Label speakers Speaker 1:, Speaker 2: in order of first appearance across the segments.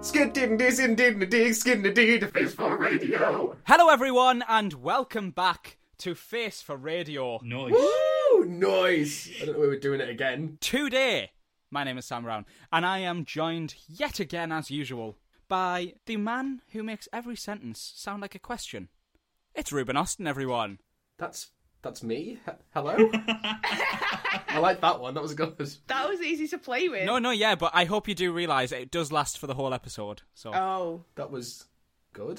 Speaker 1: Skin dignities, indignities, skin a dee to face for radio.
Speaker 2: Hello, everyone, and welcome back to Face for Radio.
Speaker 3: Nice.
Speaker 1: Woo! Noise. I don't know why we're doing it again.
Speaker 2: Today, my name is Sam Round, and I am joined yet again, as usual, by the man who makes every sentence sound like a question. It's Ruben Austin, everyone.
Speaker 1: That's that's me. H- Hello. I like that one. That was good.
Speaker 4: That was easy to play with.
Speaker 2: No, no, yeah, but I hope you do realise it does last for the whole episode. So,
Speaker 4: Oh,
Speaker 1: That was good.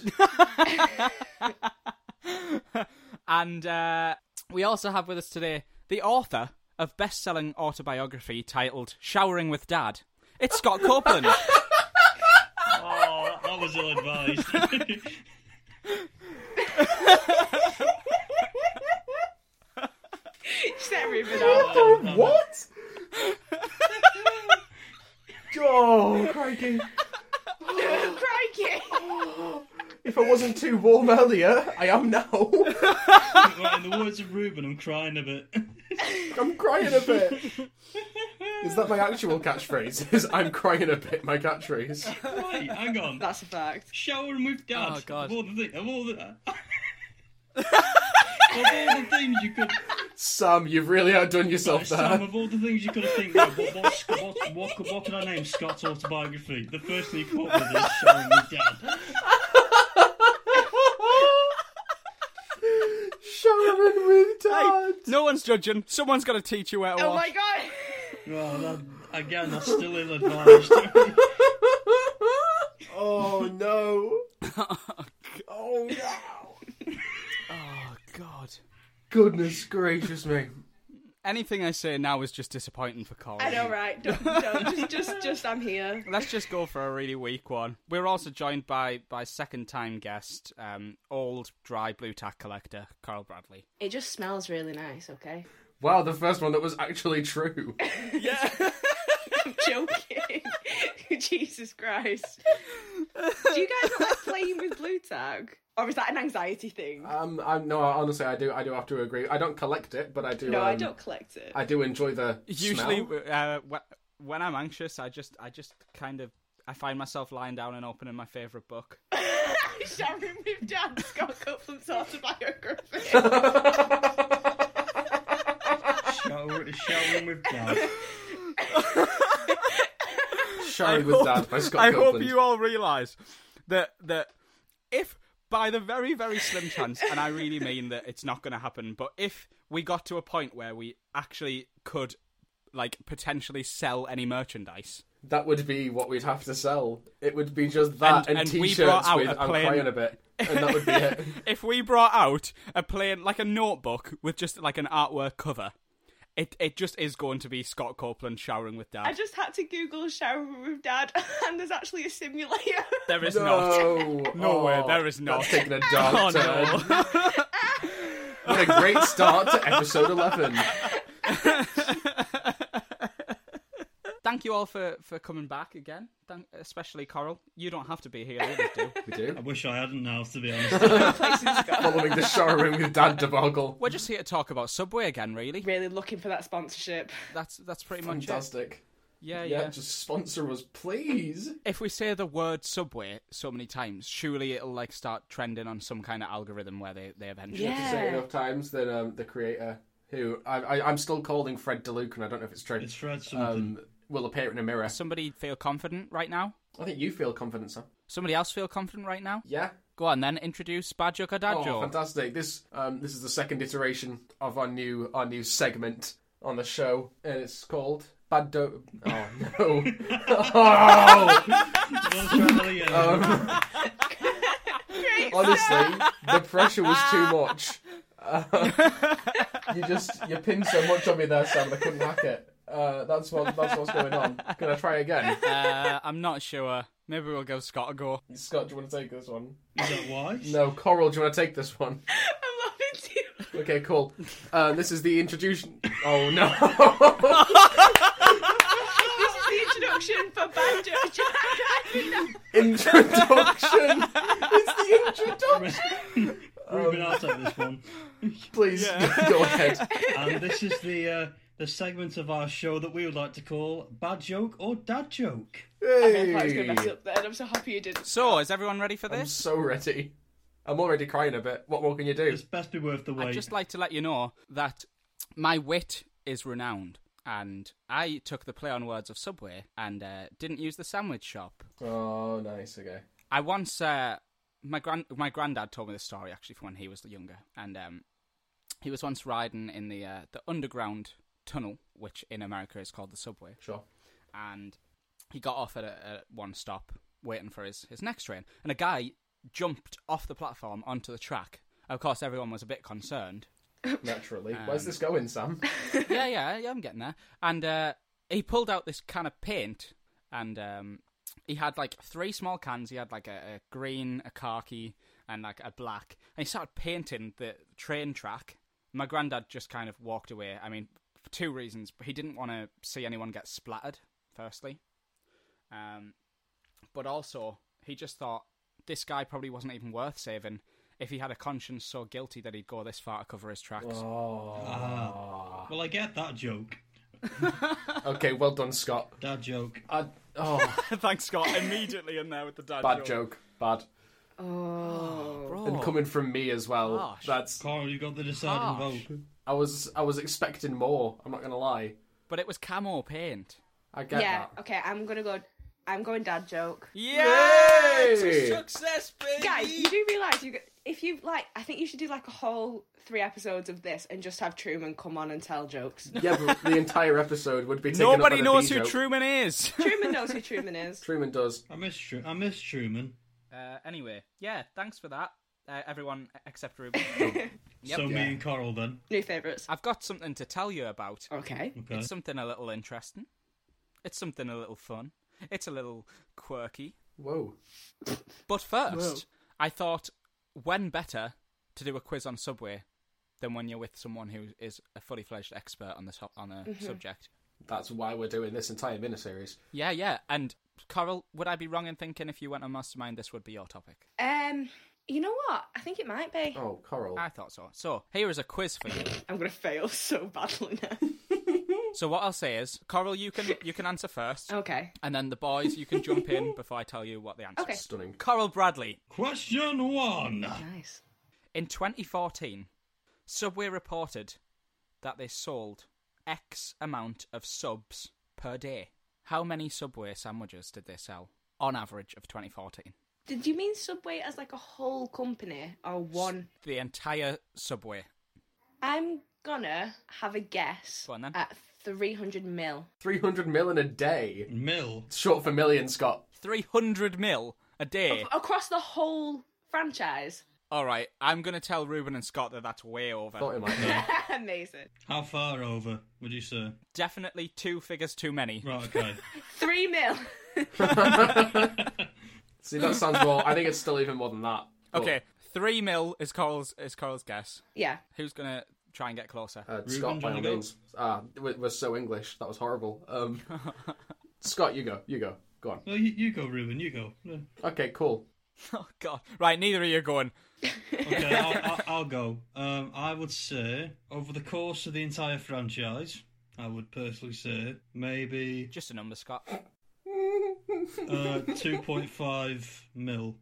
Speaker 2: and uh, we also have with us today the author of best-selling autobiography titled "Showering with Dad." It's Scott Copeland.
Speaker 3: Oh, that was ill advised.
Speaker 4: set Ruben up.
Speaker 1: what? oh, crikey!
Speaker 4: Crikey!
Speaker 1: If I wasn't too warm earlier, I am now.
Speaker 3: right, in the words of Ruben, I'm crying a bit.
Speaker 1: I'm crying a bit. Is that my actual catchphrase? Is I'm crying a bit my catchphrase?
Speaker 3: right, hang on.
Speaker 4: That's a fact.
Speaker 3: Showering with dad.
Speaker 2: Oh, God.
Speaker 3: Of all the, thi- of all the... of all the things you could...
Speaker 1: Sam, you've really outdone yourself
Speaker 3: Sam,
Speaker 1: there.
Speaker 3: of all the things you could have think of, what, what, what, what, could- what could I name Scott's autobiography? The first thing you come up with is showering with dad.
Speaker 1: Sharon with dad.
Speaker 2: no one's judging. Someone's got to teach you where to
Speaker 4: Oh
Speaker 2: wash.
Speaker 4: my god!
Speaker 3: Well, that, again, that's still ill advised.
Speaker 1: oh no. oh no.
Speaker 2: Oh God.
Speaker 1: Goodness gracious me.
Speaker 2: Anything I say now is just disappointing for Colin.
Speaker 4: I know, right? Don't, don't. Just, just, just, I'm here.
Speaker 2: Let's just go for a really weak one. We're also joined by by second time guest, um, old dry blue tack collector Carl Bradley.
Speaker 4: It just smells really nice, okay?
Speaker 1: Wow, the first one that was actually true.
Speaker 2: Yeah.
Speaker 4: I'm joking. Jesus Christ. Do you guys not like playing with blue tag? Or is that an anxiety thing?
Speaker 1: Um, I, no, honestly, I do. I do have to agree. I don't collect it, but I do.
Speaker 4: no,
Speaker 1: um,
Speaker 4: I don't collect it.
Speaker 1: I do enjoy the
Speaker 2: Usually,
Speaker 1: smell.
Speaker 2: uh, wh- when I'm anxious, I just I just kind of I find myself lying down and opening my favorite book.
Speaker 4: Sharon with Dan Scott Copeland's autobiography.
Speaker 3: Shower, showering with dad.
Speaker 1: Sharon with dad by Scott
Speaker 2: I
Speaker 1: Copeland.
Speaker 2: hope you all realise that that if by the very very slim chance, and I really mean that it's not going to happen, but if we got to a point where we actually could like potentially sell any merchandise,
Speaker 1: That would be what we'd have to sell. It would be just that
Speaker 2: And-
Speaker 1: and,
Speaker 2: and we brought
Speaker 1: t-shirts
Speaker 2: out
Speaker 1: with
Speaker 2: a
Speaker 1: "I'm
Speaker 2: plain-
Speaker 1: crying a bit," and that would be it.
Speaker 2: if we brought out a plain like a notebook with just like an artwork cover. It, it just is going to be Scott Copeland showering with dad.
Speaker 4: I just had to Google shower with dad, and there's actually a simulator.
Speaker 2: There is not.
Speaker 1: no,
Speaker 2: No way,
Speaker 1: Oh,
Speaker 2: there is not.
Speaker 1: That's taking a dark
Speaker 2: Oh,
Speaker 1: turn.
Speaker 2: no.
Speaker 1: What a great start to episode eleven.
Speaker 2: Thank you all for, for coming back again, Thank, especially Coral. You don't have to be here, others do.
Speaker 1: We
Speaker 3: I
Speaker 1: do
Speaker 3: wish I hadn't now, to be honest.
Speaker 1: following the showering with dad debacle.
Speaker 2: We're just here to talk about Subway again, really.
Speaker 4: really looking for that sponsorship.
Speaker 2: That's that's pretty much it.
Speaker 1: Fantastic.
Speaker 2: Yeah,
Speaker 1: Yeah,
Speaker 2: yeah.
Speaker 1: just sponsor us, please.
Speaker 2: If we say the word Subway so many times, surely it'll like start trending on some kind of algorithm where they they eventually.
Speaker 4: Yeah.
Speaker 1: Say it enough times that um, the creator, who I, I, I'm still calling Fred DeLuca, and I don't know if it's true,
Speaker 3: It's Fred something.
Speaker 1: um, will appear in a mirror.
Speaker 2: Somebody feel confident right now.
Speaker 1: I think you feel confident, Sam.
Speaker 2: Somebody else feel confident right now.
Speaker 1: Yeah,
Speaker 2: Go on then, introduce bad joke or dad
Speaker 1: Oh,
Speaker 2: joke.
Speaker 1: fantastic! This um, this is the second iteration of our new our new segment on the show, and it's called Bad Do. Oh no! oh,
Speaker 3: Well, Charlie, yeah.
Speaker 1: honestly, the pressure was too much. Uh, you just you pinned so much on me there, Sam. I couldn't hack it. Uh, that's what that's what's going on. Can I try again?
Speaker 2: Uh, I'm not sure. Maybe we'll give Scott a go.
Speaker 1: Scott, do you want to take this one?
Speaker 3: Is that wise?
Speaker 1: No, Coral, do you want to take this one?
Speaker 4: I'm loving you.
Speaker 1: Okay, cool. Uh, this is the introduction. Oh no!
Speaker 4: This is the introduction for Banjo Jack.
Speaker 1: introduction. It's the introduction.
Speaker 3: Ruben, I'll take this one.
Speaker 1: Please go ahead.
Speaker 3: And this is the uh, the segment of our show that we would like to call Bad Joke or Dad Joke.
Speaker 4: I was going to mess
Speaker 1: Hey.
Speaker 4: up there, and I'm so happy you didn't.
Speaker 2: So, is everyone ready for
Speaker 1: I'm
Speaker 2: this?
Speaker 1: so ready. I'm already crying a bit. What more can you do?
Speaker 3: It's best be worth the
Speaker 2: I'd
Speaker 3: wait.
Speaker 2: just like to let you know that my wit is renowned, and I took the play on words of Subway and uh, didn't use the sandwich shop.
Speaker 1: Oh, nice. Okay.
Speaker 2: I once uh, my grand my granddad told me this story actually from when he was the younger, and um, he was once riding in the uh, the underground tunnel, which in America is called the subway,
Speaker 1: Sure.
Speaker 2: and he got off at, a, at one stop waiting for his, his next train, and a guy jumped off the platform onto the track. Of course, everyone was a bit concerned.
Speaker 1: Naturally.
Speaker 4: Um,
Speaker 1: Where's this going, Sam?
Speaker 2: yeah, yeah, yeah, I'm getting there. And uh, he pulled out this can of paint, and um, he had like three small cans. He had like a, a green, a khaki, and like a black. And he started painting the train track. My granddad just kind of walked away. I mean, for two reasons. He didn't want to see anyone get splattered, firstly. Um, but also, he just thought this guy probably wasn't even worth saving if he had a conscience so guilty that he'd go this far to cover his tracks.
Speaker 1: Oh.
Speaker 3: Well, I get that joke.
Speaker 1: Okay. Well done, Scott.
Speaker 3: Dad joke.
Speaker 1: I... Oh,
Speaker 2: Thanks, Scott. Immediately in there with the dad.
Speaker 1: bad joke. Bad.
Speaker 4: Oh,
Speaker 2: Bro.
Speaker 1: And coming from me as well.
Speaker 2: Gosh.
Speaker 1: That's.
Speaker 3: Carl, you got the deciding
Speaker 2: Harsh.
Speaker 3: vote.
Speaker 1: I was. I was expecting more. I'm not gonna lie.
Speaker 2: But it was camo paint.
Speaker 1: I get
Speaker 4: yeah.
Speaker 1: that.
Speaker 4: Okay, I'm gonna go. I'm going dad joke.
Speaker 1: Yay!
Speaker 2: Success, baby!
Speaker 4: Guys, you do realise you get- if you like, I think you should do like a whole three episodes of this and just have Truman come on and tell jokes.
Speaker 1: Yeah, but the entire episode would be. taken up by
Speaker 2: Nobody
Speaker 1: the
Speaker 2: knows
Speaker 1: bee
Speaker 2: who
Speaker 1: joke.
Speaker 2: Truman is.
Speaker 4: Truman knows who Truman is.
Speaker 1: Truman does.
Speaker 3: I miss, Tru- I miss Truman.
Speaker 2: uh, anyway, yeah, thanks for that, uh, everyone except Ruben. Yep.
Speaker 3: so me
Speaker 1: Yeah.
Speaker 3: and Carl then.
Speaker 4: New favourites.
Speaker 2: I've got something to tell you about.
Speaker 4: Okay.
Speaker 3: Okay.
Speaker 2: It's something a little interesting. It's something a little fun. It's a little quirky.
Speaker 1: Whoa.
Speaker 2: But first, I thought, when better to do a quiz on Subway than when you're with someone who is a fully fledged expert on the top on a subject?
Speaker 1: That's why we're doing this entire miniseries.
Speaker 2: Yeah, yeah. And Carol, would I be wrong in thinking if you went on Mastermind, this would be your topic?
Speaker 4: Um, you know what? I think it might be.
Speaker 1: Oh, Coral.
Speaker 4: Ah,
Speaker 2: I thought so. So here is a quiz for you.
Speaker 4: I'm gonna fail so badly now.
Speaker 2: so what I'll say is, Coral, you can you can answer first,
Speaker 4: Okay.
Speaker 2: and then the boys you can jump in before I tell you what the answer.
Speaker 4: Okay.
Speaker 2: Is.
Speaker 1: Stunning.
Speaker 2: Coral Bradley
Speaker 3: Question one.
Speaker 4: Nice.
Speaker 2: in 2014, Subway reported that they sold X amount of subs per day. How many Subway sandwiches did they sell on average of 2014?
Speaker 4: Did you mean Subway as like a whole company or one?
Speaker 2: The entire Subway.
Speaker 4: I'm gonna have a guess
Speaker 2: Go on then.
Speaker 4: at 300 mil.
Speaker 1: 300 mil in a day.
Speaker 3: Mill.
Speaker 1: Short for million, Scott.
Speaker 2: 300 mil a day.
Speaker 4: Across the whole franchise.
Speaker 2: All right, I'm going to tell Ruben and Scott that that's way over.
Speaker 1: Thought it might be.
Speaker 4: Amazing.
Speaker 3: How far over would you say?
Speaker 2: Definitely two figures too many.
Speaker 3: Right, okay.
Speaker 4: Three mil.
Speaker 1: See, that sounds more. I think it's still even more than that. But,
Speaker 2: Okay, three mil is Carl's is Carl's guess.
Speaker 4: yeah.
Speaker 2: Who's going to try and get closer?
Speaker 1: Uh, Scott,
Speaker 3: do
Speaker 1: by
Speaker 3: you
Speaker 1: all
Speaker 3: wanna go?
Speaker 1: means. Ah, we're, we're so English. That was horrible. Um, Scott, you go. You go. Go on.
Speaker 3: well, you, you go, Ruben. You go. Yeah.
Speaker 1: Okay, cool.
Speaker 2: oh God! Right, neither of you are going.
Speaker 3: Okay, I'll, I'll, I'll go. Um, I would say over the course of the entire franchise, I would personally say maybe
Speaker 2: Just a number, Scott.
Speaker 3: uh, two point five mil.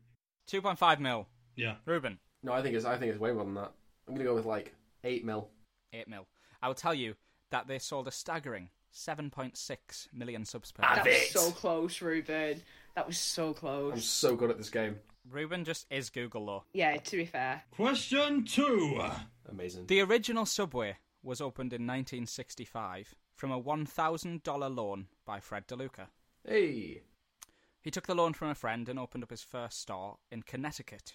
Speaker 2: Two point five mil.
Speaker 3: Yeah.
Speaker 2: Ruben,
Speaker 1: No, I think it's. I think it's way more than that. I'm gonna go with like eight mil.
Speaker 2: eight mil. I will tell you that they sold a staggering seven point six million subs per.
Speaker 1: Ah,
Speaker 4: That
Speaker 2: day.
Speaker 1: Bit.
Speaker 4: was so close, Ruben. That was so
Speaker 1: I'm
Speaker 4: close.
Speaker 1: so good at this game.
Speaker 2: Ruben just is Google law.
Speaker 4: Yeah, to be fair.
Speaker 3: Question two.
Speaker 1: Amazing.
Speaker 2: The original Subway was opened in 1965 from a one thousand dollar loan by Fred DeLuca.
Speaker 1: Hey.
Speaker 2: He took the loan from a friend and opened up his first store in Connecticut.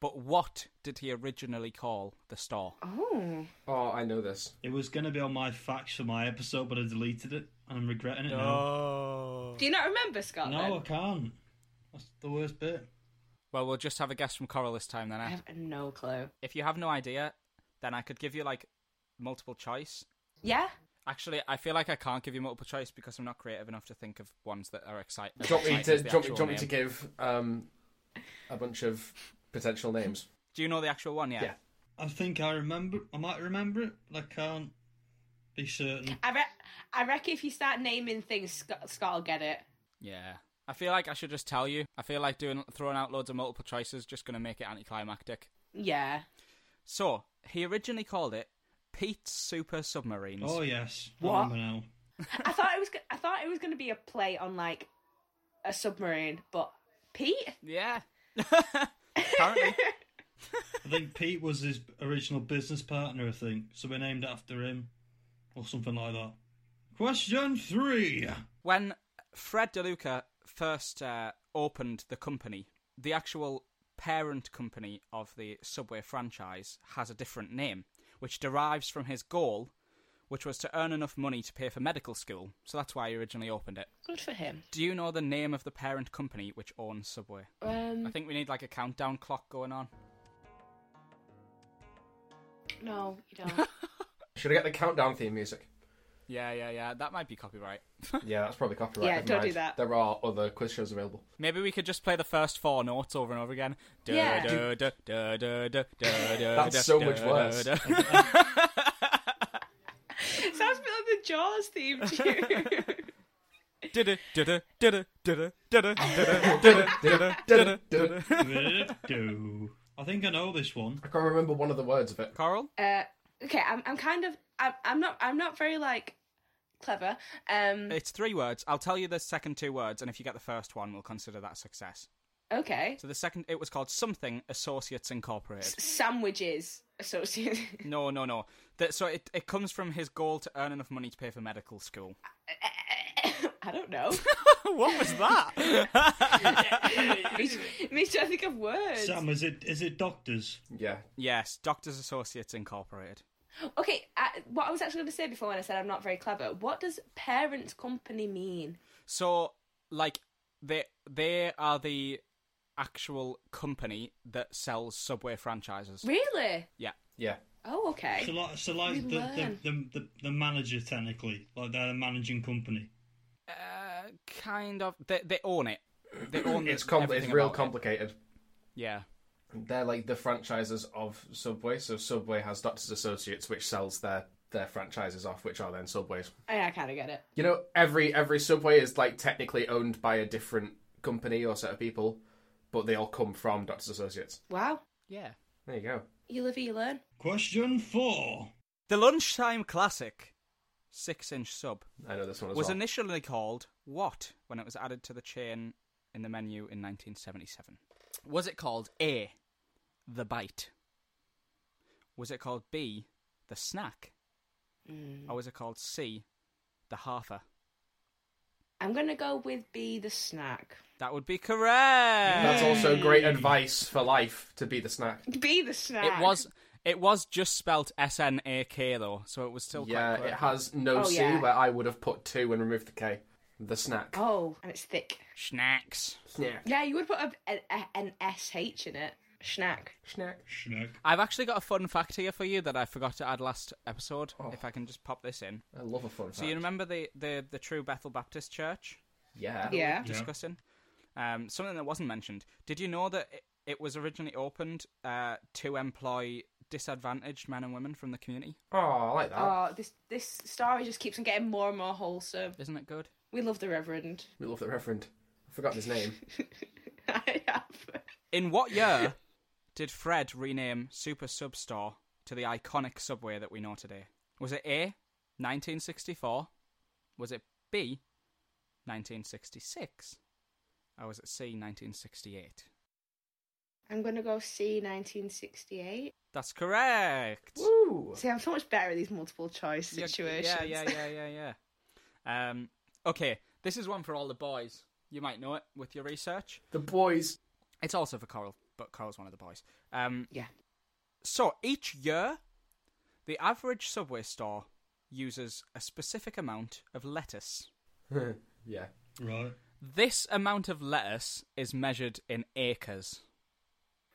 Speaker 2: But what did he originally call the store?
Speaker 4: Oh.
Speaker 1: Oh, I know this.
Speaker 3: It was going to be on my facts for my episode, but I deleted it, and I'm regretting it
Speaker 2: Oh.
Speaker 4: Do you not remember, Scott?
Speaker 3: now. No, I
Speaker 4: then?
Speaker 3: can't. That's the worst bit.
Speaker 2: Well, we'll just have a guess from Coral this time then.
Speaker 4: I
Speaker 2: eh?
Speaker 4: have no clue.
Speaker 2: If you have no idea, then I could give you like multiple choice.
Speaker 4: Yeah?
Speaker 2: Actually, I feel like I can't give you multiple choice because I'm not creative enough to think of ones that are exciting.
Speaker 1: Do you want me to? Do you want me, do you want me to give um a bunch of potential names?
Speaker 2: Do you know the actual one yet?
Speaker 1: Yeah.
Speaker 3: I think I remember. I might remember it, but I can't. Be certain.
Speaker 4: I, re- I reckon if you start naming things, Scott, Scott will get it.
Speaker 2: Yeah. I feel like I should just tell you. I feel like doing throwing out loads of multiple choices just going to make it anticlimactic.
Speaker 4: Yeah.
Speaker 2: So, he originally called it Pete's Super Submarines.
Speaker 3: Oh yes.
Speaker 4: What?
Speaker 3: I remember now.
Speaker 4: I thought it was. go- I thought it was going to be a play on like a submarine, but Pete.
Speaker 2: yeah. Apparently.
Speaker 3: I think Pete was his original business partner. I think so. We're named after him, or something like that. Question three.
Speaker 2: when Fred DeLuca first uh, opened the company, the actual parent company of the Subway franchise has a different name, which derives from his goal, which was to earn enough money to pay for medical school. So that's why he originally opened it.
Speaker 4: Good for him.
Speaker 2: Do you know the name of the parent company which owns Subway? I
Speaker 4: Um,
Speaker 2: think we need like a countdown clock going on.
Speaker 4: no, you don't.
Speaker 1: Should I get the countdown theme music?
Speaker 2: Yeah, yeah, yeah. That might be copyright.
Speaker 1: Yeah, that's probably copyright.
Speaker 4: Yeah,
Speaker 1: Never
Speaker 4: don't do
Speaker 1: mind.
Speaker 4: that.
Speaker 1: There are other quiz shows available.
Speaker 2: Maybe we could just play the first four notes over and over again. Du-
Speaker 4: Yeah.
Speaker 2: du- du- du- du- du- du- du-
Speaker 1: That's
Speaker 2: du-
Speaker 1: so
Speaker 2: du-
Speaker 1: much
Speaker 2: du-
Speaker 1: worse.
Speaker 2: du-
Speaker 4: Sounds a bit like the Jaws theme tune.
Speaker 2: Du-du, du-du, du-du, du-du, du-du, du-du, du-du, du-du, du-du.
Speaker 3: Do. I think I know this one.
Speaker 1: I can't remember one of the words of it.
Speaker 2: Coral?
Speaker 4: uh, okay, I'm. I'm kind of. I'm, I'm not. I'm not very like clever. Um.
Speaker 2: It's three words. I'll tell you the second two words, and if you get the first one, we'll consider that a success.
Speaker 4: Okay.
Speaker 2: So the second, it was called Something Associates Incorporated.
Speaker 4: Sandwiches associated.
Speaker 2: No, no, no. That, so it, it comes from his goal to earn enough money to pay for medical school.
Speaker 4: I don't know.
Speaker 2: what was that?
Speaker 4: me, me trying to think of words.
Speaker 3: Sam, is it is it doctors?
Speaker 1: Yeah.
Speaker 2: yes, Doctors Associates Incorporated.
Speaker 4: Okay, I, what I was actually going to say before when I said I'm not very clever, what does parent company mean?
Speaker 2: So, like, they they are the actual company that sells Subway franchises.
Speaker 4: Really?
Speaker 2: Yeah.
Speaker 1: Yeah.
Speaker 4: Oh,
Speaker 3: So
Speaker 4: okay.
Speaker 3: like, so like the, the,
Speaker 4: Relearn.
Speaker 3: the, the, the manager technically, like they're the managing company.
Speaker 2: Uh, kind of. They they own it. They own
Speaker 1: It's
Speaker 2: the-
Speaker 1: compl- It's
Speaker 2: everything
Speaker 1: real
Speaker 2: about it.
Speaker 1: complicated.
Speaker 2: Yeah.
Speaker 1: They're like the franchises of Subway. So Subway has Doctors Associates, which sells their their franchises off, which are then Subways.
Speaker 4: I, I kind of get it.
Speaker 1: You know, every every Subway is like technically owned by a different company or set of people, but they all come from Doctors Associates.
Speaker 4: Wow.
Speaker 2: Yeah.
Speaker 1: There you go.
Speaker 4: You live, you learn.
Speaker 3: Question four.
Speaker 2: The lunchtime classic, six-inch sub,
Speaker 1: I know this one as
Speaker 2: was
Speaker 1: well.
Speaker 2: initially called what when it was added to the chain in the menu in 1977? Was it called A, the bite? Was it called B, the snack? Or was it called C, the halfer?
Speaker 4: I'm going to go with B, the snack.
Speaker 2: That would be correct.
Speaker 1: That's also great advice for life to be the snack.
Speaker 4: B, the snack.
Speaker 2: It was. It was just spelt S N A K though, so it was still
Speaker 1: yeah,
Speaker 2: quite clear.
Speaker 1: it has no
Speaker 4: Oh,
Speaker 1: C
Speaker 4: yeah.
Speaker 1: where I would have put two and removed the K. The snack.
Speaker 4: Oh, and it's thick.
Speaker 2: snacks.
Speaker 1: Snack.
Speaker 4: Yeah, you would put a, a, a, an SH in it. Snack.
Speaker 1: Snack.
Speaker 3: Schneck.
Speaker 2: I've actually got a fun fact here for you that I forgot to add last episode.
Speaker 1: Oh.
Speaker 2: If I can just pop this in.
Speaker 1: I love a fun fact.
Speaker 2: So you remember the the, the True Bethel Baptist Church
Speaker 1: Yeah.
Speaker 4: Oh, Yeah.
Speaker 3: Yeah.
Speaker 2: discussing um, something that wasn't mentioned? Did you know that it, it was originally opened uh, to employ disadvantaged men and women from the community?
Speaker 1: Oh, I like that.
Speaker 4: Oh, this this story just keeps on getting more and more wholesome.
Speaker 2: Isn't it good?
Speaker 4: We love the Reverend.
Speaker 1: we love the Reverend. I forgot his name.
Speaker 4: I have.
Speaker 2: In what year did Fred rename Super Sub Store to the iconic Subway that we know today? Was it A, 1964? Was it B, 1966? Or was it C, 1968?
Speaker 4: I'm going to go C, 1968.
Speaker 2: That's correct.
Speaker 1: Woo!
Speaker 4: See, I'm so much better at these multiple choice
Speaker 2: Yeah,
Speaker 4: situations.
Speaker 2: Yeah, yeah, yeah, yeah, yeah. Um, okay, this is one for all the boys. You might know it with your research.
Speaker 1: The boys.
Speaker 2: It's also for Coral, but Coral's one of the boys. Um,
Speaker 4: Yeah.
Speaker 2: So each year, the average Subway store uses a specific amount of lettuce.
Speaker 1: yeah.
Speaker 3: Right.
Speaker 2: This amount of lettuce is measured in acres.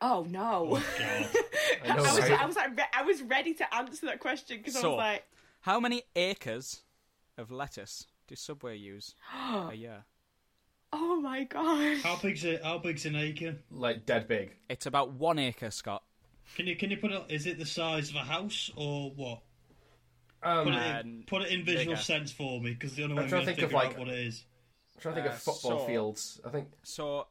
Speaker 4: Oh no.
Speaker 3: God.
Speaker 1: I know,
Speaker 4: I was,
Speaker 1: right?
Speaker 4: I was like, re- I was ready to answer that question because I
Speaker 2: So-
Speaker 4: was like,
Speaker 2: How many acres of lettuce do Subway use a year?
Speaker 4: oh my god.
Speaker 3: How big's it? How big's an acre?
Speaker 1: Like, dead big.
Speaker 2: It's about one acre, Scott.
Speaker 3: Can you can you put it? Is it the size of a house or what? Put
Speaker 1: Um,
Speaker 3: it in,
Speaker 2: And
Speaker 3: put it in visual
Speaker 2: bigger.
Speaker 3: sense for me, because the only way I'm
Speaker 1: trying
Speaker 3: going
Speaker 1: to
Speaker 3: to
Speaker 1: think of,
Speaker 3: figure
Speaker 1: like-
Speaker 3: out what it is.
Speaker 1: I'm trying to think
Speaker 2: uh,
Speaker 1: of football
Speaker 2: so-
Speaker 1: fields. I think
Speaker 2: So,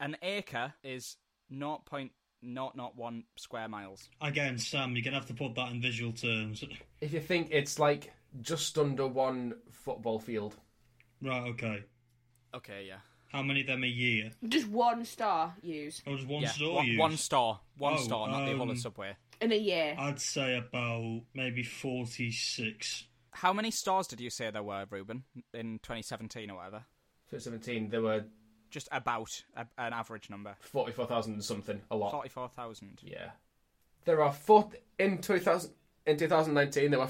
Speaker 2: an acre is 0.001 square miles.
Speaker 3: Again, Sam, you're going to have to put that in visual terms.
Speaker 1: if you think it's like just under one football field.
Speaker 3: Right, okay.
Speaker 2: Okay, yeah.
Speaker 3: How many of them a year?
Speaker 4: Just one star use
Speaker 3: Or just one
Speaker 2: yeah.
Speaker 3: store
Speaker 2: one,
Speaker 3: used?
Speaker 2: one star. one
Speaker 3: Oh,
Speaker 2: star, not the whole
Speaker 3: um,
Speaker 2: of Subway.
Speaker 4: in a year.
Speaker 3: I'd say about maybe 46.
Speaker 2: How many stars did you say there were, Ruben, in 2017 or whatever?
Speaker 1: 2017, there were
Speaker 2: Just about a, an average number.
Speaker 1: 44,000 and something. A lot.
Speaker 2: 44,000.
Speaker 1: Yeah. There are four in 2000 in 2019 there were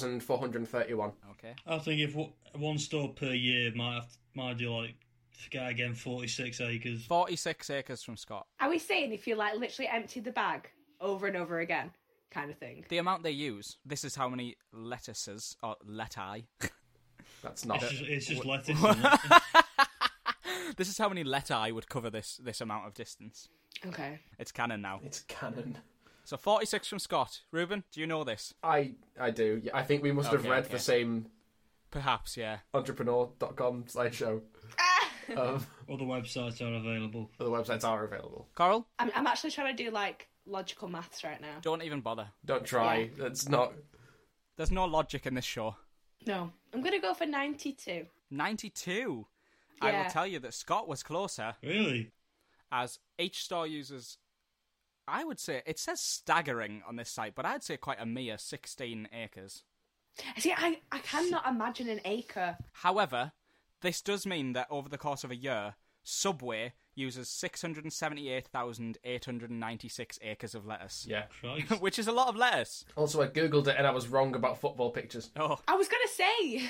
Speaker 1: 42,431.
Speaker 2: Okay.
Speaker 3: I think if w- one store per year might have to, might do like, forget again, 46 acres.
Speaker 2: 46 acres from Scott.
Speaker 4: Are we saying if you like literally empty the bag over and over again, kind of thing?
Speaker 2: The amount they use, this is how many lettuces, or leti.
Speaker 1: That's not
Speaker 3: It's
Speaker 1: it.
Speaker 3: just, it's just lettuce. isn't it?
Speaker 2: this is how many leti would cover this, this amount of distance.
Speaker 4: Okay.
Speaker 2: It's canon now.
Speaker 1: It's canon.
Speaker 2: So 46 from Scott. Ruben, do you know this?
Speaker 1: I I do. Yeah, I think we must have
Speaker 2: Okay,
Speaker 1: read
Speaker 2: okay.
Speaker 1: the same
Speaker 2: Perhaps, yeah.
Speaker 1: entrepreneur.com slideshow. um,
Speaker 3: Other websites are available.
Speaker 1: the websites are available.
Speaker 2: Coral,
Speaker 4: I'm, I'm actually trying to do like logical maths right now.
Speaker 2: don't even bother.
Speaker 1: Don't try.
Speaker 4: Yeah.
Speaker 1: That's not
Speaker 2: There's no logic in this show.
Speaker 4: No. I'm going to go for 92.
Speaker 2: 92. I will
Speaker 4: Yeah.
Speaker 2: tell you that Scott was closer
Speaker 3: Really?
Speaker 2: as each star uses, I would say, it says staggering on this site, but I'd say quite a mere 16 acres.
Speaker 4: See, I, I cannot imagine an acre.
Speaker 2: However, this does mean that over the course of a year, Subway uses 678,896 acres of lettuce,
Speaker 1: yeah.
Speaker 3: Christ.
Speaker 2: which is a lot of lettuce.
Speaker 1: Also I googled it and I was wrong about football pictures.
Speaker 2: Oh,
Speaker 4: I was going to say.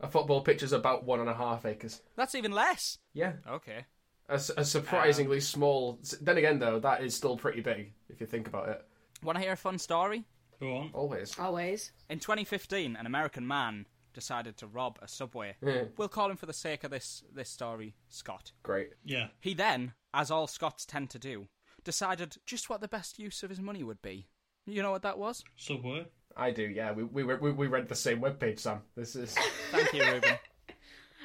Speaker 1: A football picture's about one and a half acres.
Speaker 2: that's even less.
Speaker 1: Yeah.
Speaker 2: Okay.
Speaker 1: A, s- a surprisingly small then again though, that is still pretty big if you think about it.
Speaker 2: Want to hear a fun story?
Speaker 3: Go on.
Speaker 1: Always.
Speaker 4: Always.
Speaker 2: In 2015, an American man decided to rob a subway. We'll call him for the sake of this this story, Scott.
Speaker 1: Great.
Speaker 3: Yeah.
Speaker 2: He then, as all Scots tend to do, decided just what the best use of his money would be. You know what that was?
Speaker 3: Subway.
Speaker 1: I do, yeah. We we we, we read the same webpage, Sam. This is
Speaker 2: Thank you, Ruben.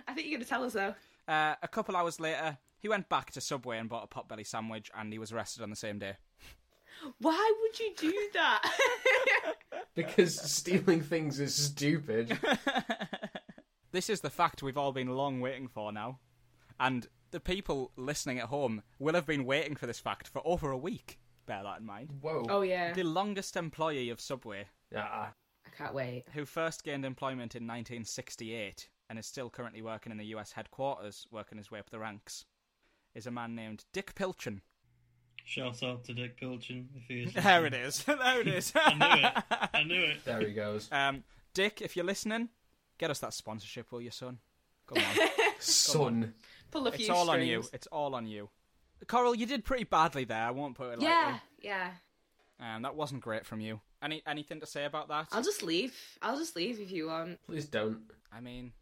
Speaker 4: I think you're going to tell us though.
Speaker 2: Uh, a couple hours later, he went back to Subway and bought a potbelly sandwich, and he was arrested on the same day.
Speaker 4: Why would you do that?
Speaker 1: because stealing things is stupid.
Speaker 2: This is the fact we've all been long waiting for now, and the people listening at home will have been waiting for this fact for over a week. Bear that in mind.
Speaker 1: Whoa.
Speaker 4: oh, yeah.
Speaker 2: The longest employee of Subway
Speaker 1: Yeah.
Speaker 4: I can't wait.
Speaker 2: who first gained employment in 1968 and is still currently working in the US headquarters, working his way up the ranks, is a man named Dick Pilchin.
Speaker 3: Shout out to Dick Pilchin if he is.
Speaker 2: There it is. there it is.
Speaker 3: I knew it. I knew it.
Speaker 1: There he goes.
Speaker 2: um, Dick, if you're listening, get us that sponsorship, will you, son? Come on.
Speaker 1: Son.
Speaker 4: Pull a few
Speaker 2: it's all on you.
Speaker 4: strings.
Speaker 2: It's all on you. Coral, you did pretty badly there. I won't put it
Speaker 4: Yeah, yeah.
Speaker 2: lightly. Um, that wasn't great from you. Any anything to say about that?
Speaker 4: I'll just leave. I'll just leave if you want.
Speaker 1: Please don't.
Speaker 2: I mean,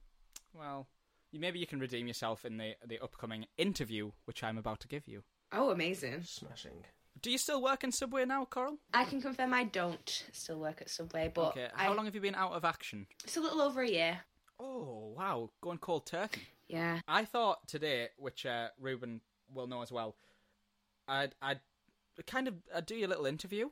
Speaker 2: well, you, maybe you can redeem yourself in the the upcoming interview which I'm about to give you.
Speaker 4: Oh, amazing.
Speaker 1: Smashing.
Speaker 2: Do you still work in Subway now, Coral?
Speaker 4: I can confirm I don't still work at Subway, but
Speaker 2: okay.
Speaker 4: I,
Speaker 2: How long have you been out of action?
Speaker 4: it's a little over a year.
Speaker 2: Oh wow, going cold turkey.
Speaker 4: Yeah.
Speaker 2: I thought today, which uh, Ruben will know as well, I'd I'd kind of I'd do your little interview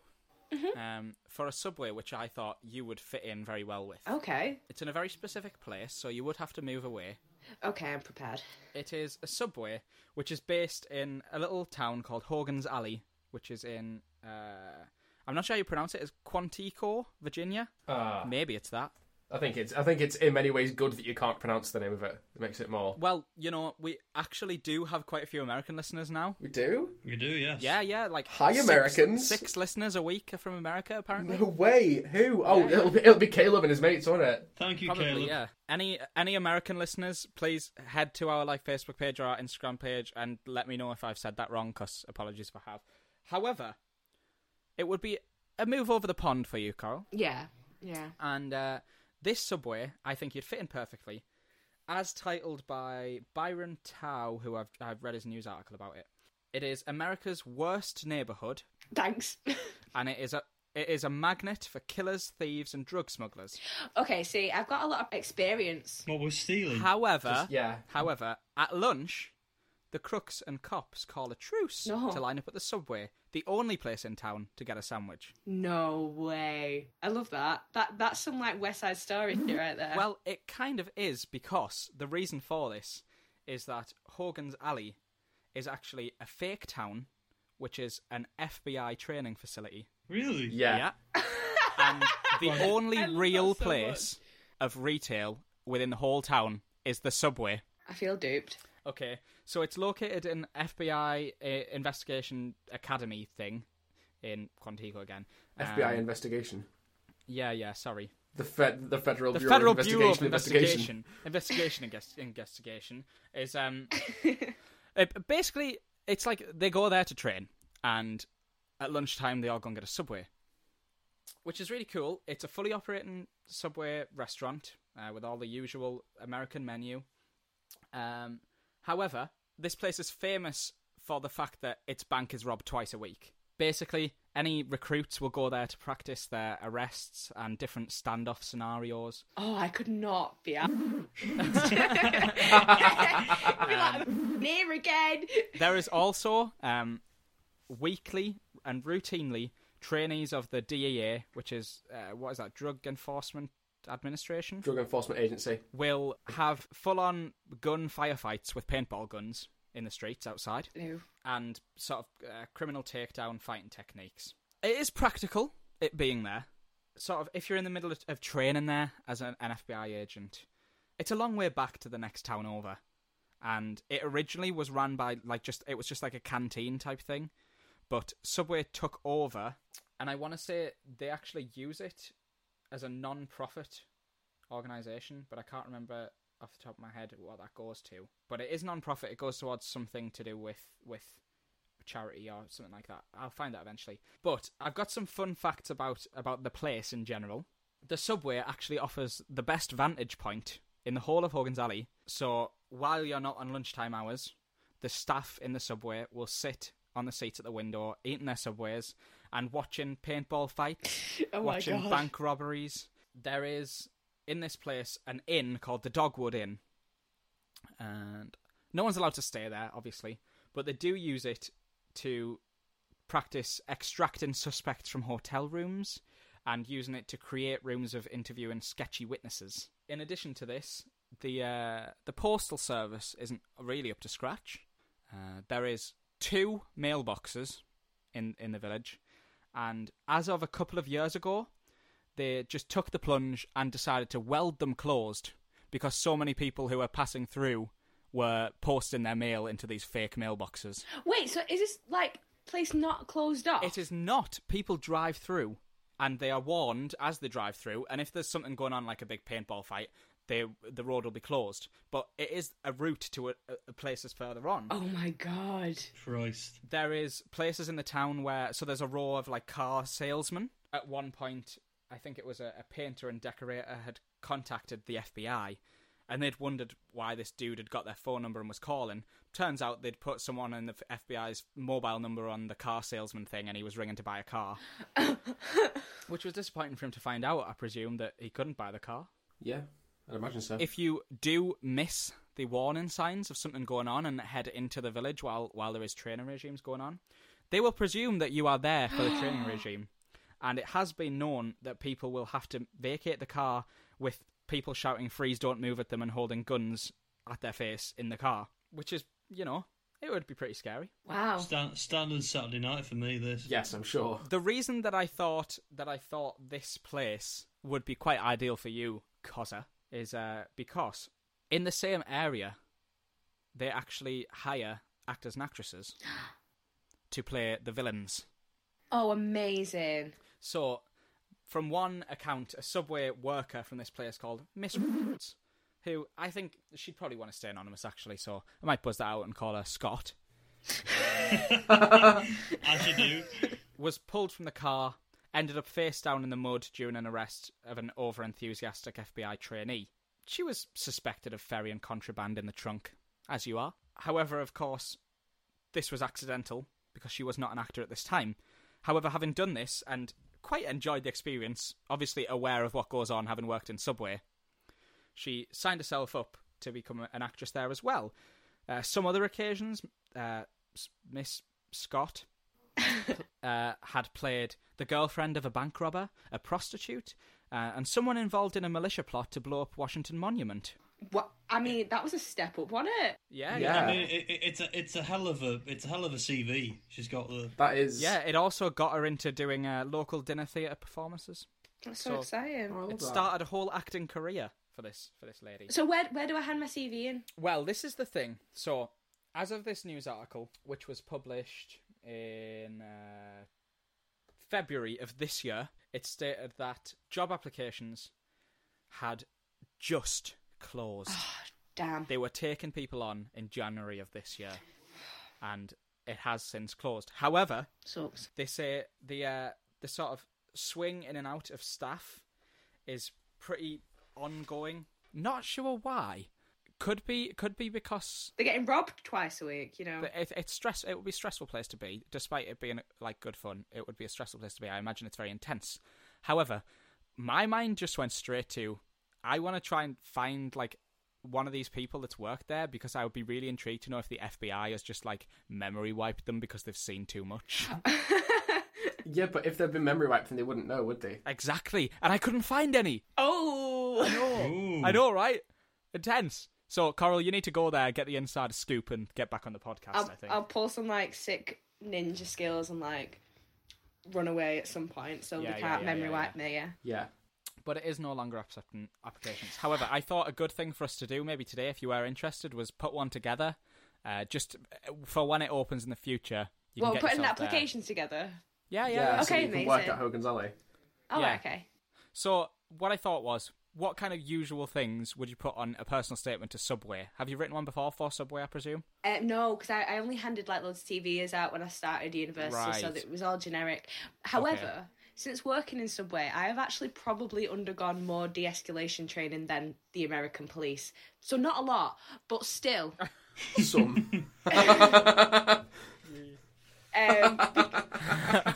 Speaker 2: um, for a Subway, which I thought you would fit in very well
Speaker 4: Oh.
Speaker 2: with.
Speaker 4: Okay.
Speaker 2: It's in a very specific place, so you would have to move away.
Speaker 4: Okay, I'm prepared.
Speaker 2: It is a Subway which is based in a little town called Hogan's Alley, which is in. Uh, I'm not sure how you pronounce it. It's Quantico, Virginia.
Speaker 1: Ah,
Speaker 2: Maybe it's that.
Speaker 1: I think it's I think it's in many ways good that you can't pronounce the name of it. It makes it more.
Speaker 2: Well, you know, we actually do have quite a few American listeners now.
Speaker 1: We do?
Speaker 3: You do, yes.
Speaker 2: Yeah, yeah, like
Speaker 1: Hi,
Speaker 2: six-
Speaker 1: Americans.
Speaker 2: Six listeners a week are from America, apparently.
Speaker 1: No way. Who? Oh, it'll be it'll be Caleb and his mates, won't it?
Speaker 3: Thank you,
Speaker 2: Probably,
Speaker 3: Caleb.
Speaker 2: yeah. Any any American listeners, please head to our like Facebook page or our Instagram page and let me know if I've said that wrong. Cause apologies if I have. However, it would be a move over the pond for you, Carl.
Speaker 4: Yeah. Yeah.
Speaker 2: And uh, this subway, I think you'd fit in perfectly, as titled by Byron Tao, who I've I've read his news article about it. It is America's worst neighborhood.
Speaker 4: Thanks.
Speaker 2: and it is a It is a magnet for killers, thieves, and drug smugglers.
Speaker 4: Okay, see, I've got a lot of experience.
Speaker 3: What was stealing?
Speaker 2: However,
Speaker 1: Yeah.
Speaker 2: However, at lunch, the crooks and cops call a truce
Speaker 4: No.
Speaker 2: to line up at the subway, the only place in town to get a sandwich.
Speaker 4: No way. I love that. That that's some like West Side Story shit right there.
Speaker 2: Well, it kind of is because the reason for this is that Hogan's Alley is actually a fake town, which is an FBI training facility.
Speaker 3: Really?
Speaker 1: Yeah.
Speaker 2: and the only
Speaker 4: I love
Speaker 2: real
Speaker 4: that so
Speaker 2: place of retail within the whole town is the subway.
Speaker 4: I feel duped.
Speaker 2: Okay, so it's located in FBI uh, investigation academy thing in Quantico again. Um,
Speaker 1: FBI investigation.
Speaker 2: yeah, yeah. Sorry,
Speaker 1: The Fed, the Federal
Speaker 2: the
Speaker 1: Bureau
Speaker 2: Federal
Speaker 1: of Investigation.
Speaker 2: Bureau of
Speaker 1: investigation.
Speaker 2: Investigation investigation inges- investigation is um it- basically it's like they go there to train and at lunchtime they all go and get a subway, which is really cool. It's a fully operating subway restaurant uh, with all the usual American menu. Um, however, this place is famous for the fact that its bank is robbed twice a week. Basically, any recruits will go there to practice their arrests and different standoff scenarios.
Speaker 4: Oh, I could not be out. I'd be like, "I'm near again.
Speaker 2: There is also um, weekly and routinely trainees of the DEA, which is uh, what is that Drug Enforcement Administration,
Speaker 1: Drug Enforcement Agency.
Speaker 2: will have full-on gun firefights with paintball guns in the streets outside,
Speaker 4: No.
Speaker 2: and sort of uh, criminal takedown fighting techniques. It is practical, it being there. Sort of, if you're in the middle of, of training there as an, an FBI agent, it's a long way back to the next town over. And it originally was run by, like, just, it was just like a canteen type thing. But Subway took over, and I want to say they actually use it as a non profit organization, but I can't remember off the top of my head what that goes to. But it is non-profit. It goes towards something to do with with charity or something like that. I'll find out eventually. But I've got some fun facts about about the place in general. The subway actually offers the best vantage point in the whole of Hogan's Alley. So while you're not on lunchtime hours, the staff in the subway will sit on the seats at the window, eating their subways and watching paintball fights
Speaker 4: Oh my
Speaker 2: watching
Speaker 4: god.
Speaker 2: bank robberies. There is in this place an inn called the Dogwood Inn, and no one's allowed to stay there, obviously, but they do use it to practice extracting suspects from hotel rooms and using it to create rooms of interviewing sketchy witnesses. In addition to this, the uh, the postal service isn't really up to scratch. Uh, there is two mailboxes in in the village, and as of a couple of years ago, they just took the plunge and decided to weld them closed because so many people who were passing through were posting their mail into these fake mailboxes.
Speaker 4: Wait, so is this like place not closed off?
Speaker 2: It is not. People drive through and they are warned as they drive through, and if there's something going on like a big paintball fight, they, the road will be closed. But it is a route to a, a places further on.
Speaker 4: Oh my god.
Speaker 3: Christ.
Speaker 2: there is places in the town where so there's a row of like car salesmen at one point i think it was a, a painter and decorator had contacted the fbi and they'd wondered why this dude had got their phone number and was calling turns out they'd put someone in the F- fbi's mobile number on the car salesman thing and he was ringing to buy a car which was disappointing for him to find out i presume that he couldn't buy the car
Speaker 1: Yeah, I'd imagine so.
Speaker 2: if you do miss the warning signs of something going on and head into the village while while there is training regimes going on, they will presume that you are there for the training regime. And it has been known that people will have to vacate the car with people shouting "freeze, don't move" at them and holding guns at their face in the car, which is, you know, it would be pretty scary.
Speaker 4: Wow.
Speaker 3: Stand, standard Saturday night for me, this.
Speaker 1: yes, I'm sure.
Speaker 2: The reason that I thought that I thought this place would be quite ideal for you, Cosa, is uh, because in the same area, they actually hire actors and actresses to play the villains.
Speaker 4: Oh, amazing.
Speaker 2: So, from one account, a subway worker from this place called Miss Rhodes, who I think she'd probably want to stay anonymous actually, so I might buzz that out and call her Scott.
Speaker 3: As you do.
Speaker 2: was pulled from the car, ended up face down in the mud during an arrest of an overenthusiastic FBI trainee. She was suspected of ferrying contraband in the trunk, as you are. However, of course, this was accidental because she was not an actor at this time. However, having done this and quite enjoyed the experience, obviously aware of what goes on, having worked in Subway. She signed herself up to become an actress there as well. Uh, some other occasions, uh, S- Miss Scott uh, had played the girlfriend of a bank robber, a prostitute, uh, and someone involved in a militia plot to blow up Washington Monument.
Speaker 4: What? I mean, that was a step up, wasn't it?
Speaker 2: Yeah,
Speaker 1: Yeah.
Speaker 2: yeah.
Speaker 3: I mean, it, it, it's a it's a hell of a it's a hell of a CV she's got there.
Speaker 1: That is.
Speaker 2: Yeah, it also got her into doing uh, local dinner theatre performances.
Speaker 4: That's so,
Speaker 2: So-
Speaker 4: exciting.
Speaker 1: I love
Speaker 2: It
Speaker 1: that.
Speaker 2: started a whole acting career for this for this lady.
Speaker 4: So where where do I hand my CV in?
Speaker 2: Well, this is the thing. So, as of this news article, which was published in uh, February of this year, it stated that job applications had just closed.
Speaker 4: Damn.
Speaker 2: they were taking people on in January of this year, and it has since closed. However,
Speaker 4: Sucks.
Speaker 2: they say the uh, the sort of swing in and out of staff is pretty ongoing. Not sure why. Could be could be because
Speaker 4: They're getting robbed twice a week, you know.
Speaker 2: but it, it's stress. It would be a stressful place to be, despite it being like good fun. It would be a stressful place to be. I imagine it's very intense. However, my mind just went straight to, I want to try and find like one of these people that's worked there because I would be really intrigued to know if the FBI has just like memory wiped them because they've seen too much.
Speaker 1: Yeah, but if they'd been memory wiped, then they wouldn't know, would they?
Speaker 2: exactly, and I couldn't find any.
Speaker 4: oh.
Speaker 3: Ooh.
Speaker 2: I know, right? Intense. So, Coral, you need to go there, get the inside scoop, and get back on the podcast.
Speaker 4: I'll,
Speaker 2: I think.
Speaker 4: I'll pull some like sick ninja skills and like run away at some point so
Speaker 2: Yeah,
Speaker 4: they
Speaker 2: yeah,
Speaker 4: can't
Speaker 2: yeah,
Speaker 4: memory
Speaker 2: yeah,
Speaker 4: wipe me. Yeah.
Speaker 1: Yeah.
Speaker 2: but it is no longer accepting applications. However, I thought a good thing for us to do maybe today, if you are interested, was put one together, uh, just uh, for when it opens in the future. You
Speaker 4: well,
Speaker 2: can get
Speaker 4: putting
Speaker 2: yourself there.
Speaker 4: applications together.
Speaker 2: Yeah, yeah.
Speaker 1: Yeah,
Speaker 2: yeah.
Speaker 1: so
Speaker 4: Okay,
Speaker 1: you can work
Speaker 4: amazing.
Speaker 1: at Hogan's Alley.
Speaker 4: Oh,
Speaker 2: Yeah.
Speaker 4: right, okay.
Speaker 2: So what I thought was, what kind of usual things would you put on a personal statement to Subway? Have you written one before for Subway? I presume.
Speaker 4: Uh, no, because I, I only handed like loads of TVs out when I started university, so
Speaker 2: Right.
Speaker 4: that it was all generic. However, since working in Subway, I have actually probably undergone more de escalation training than the American police. So, not a lot, but still.
Speaker 1: Some.
Speaker 4: Um, have,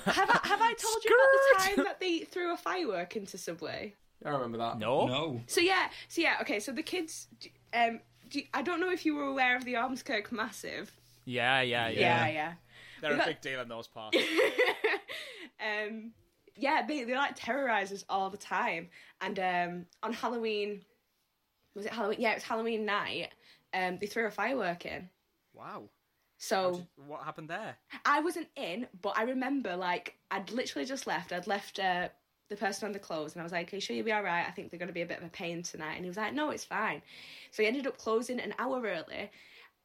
Speaker 4: I, have I told you about the time that they threw a firework into Subway?
Speaker 1: I remember that.
Speaker 2: No.
Speaker 3: No.
Speaker 4: So yeah, so yeah, okay. So the kids, d- um, do, I don't know if you were aware of the Armskirk Massive.
Speaker 2: Yeah, yeah, yeah.
Speaker 4: Yeah, yeah.
Speaker 2: They're
Speaker 4: We
Speaker 2: a
Speaker 4: got-
Speaker 2: big deal in those parts.
Speaker 4: Um, yeah, they, they like terrorize us all the time. And um, on Halloween, was it Halloween? Yeah, it was Halloween night. Um, they threw a firework in.
Speaker 2: wow. Oh,
Speaker 4: So
Speaker 2: What happened there?
Speaker 4: I wasn't in, but I remember like I'd literally just left. I'd left uh, the person on the clothes, and I was like, "Are you sure you'll be all right? I think they're going to be a bit of a pain tonight." And he was like, "No, it's fine." So he ended up closing an hour early.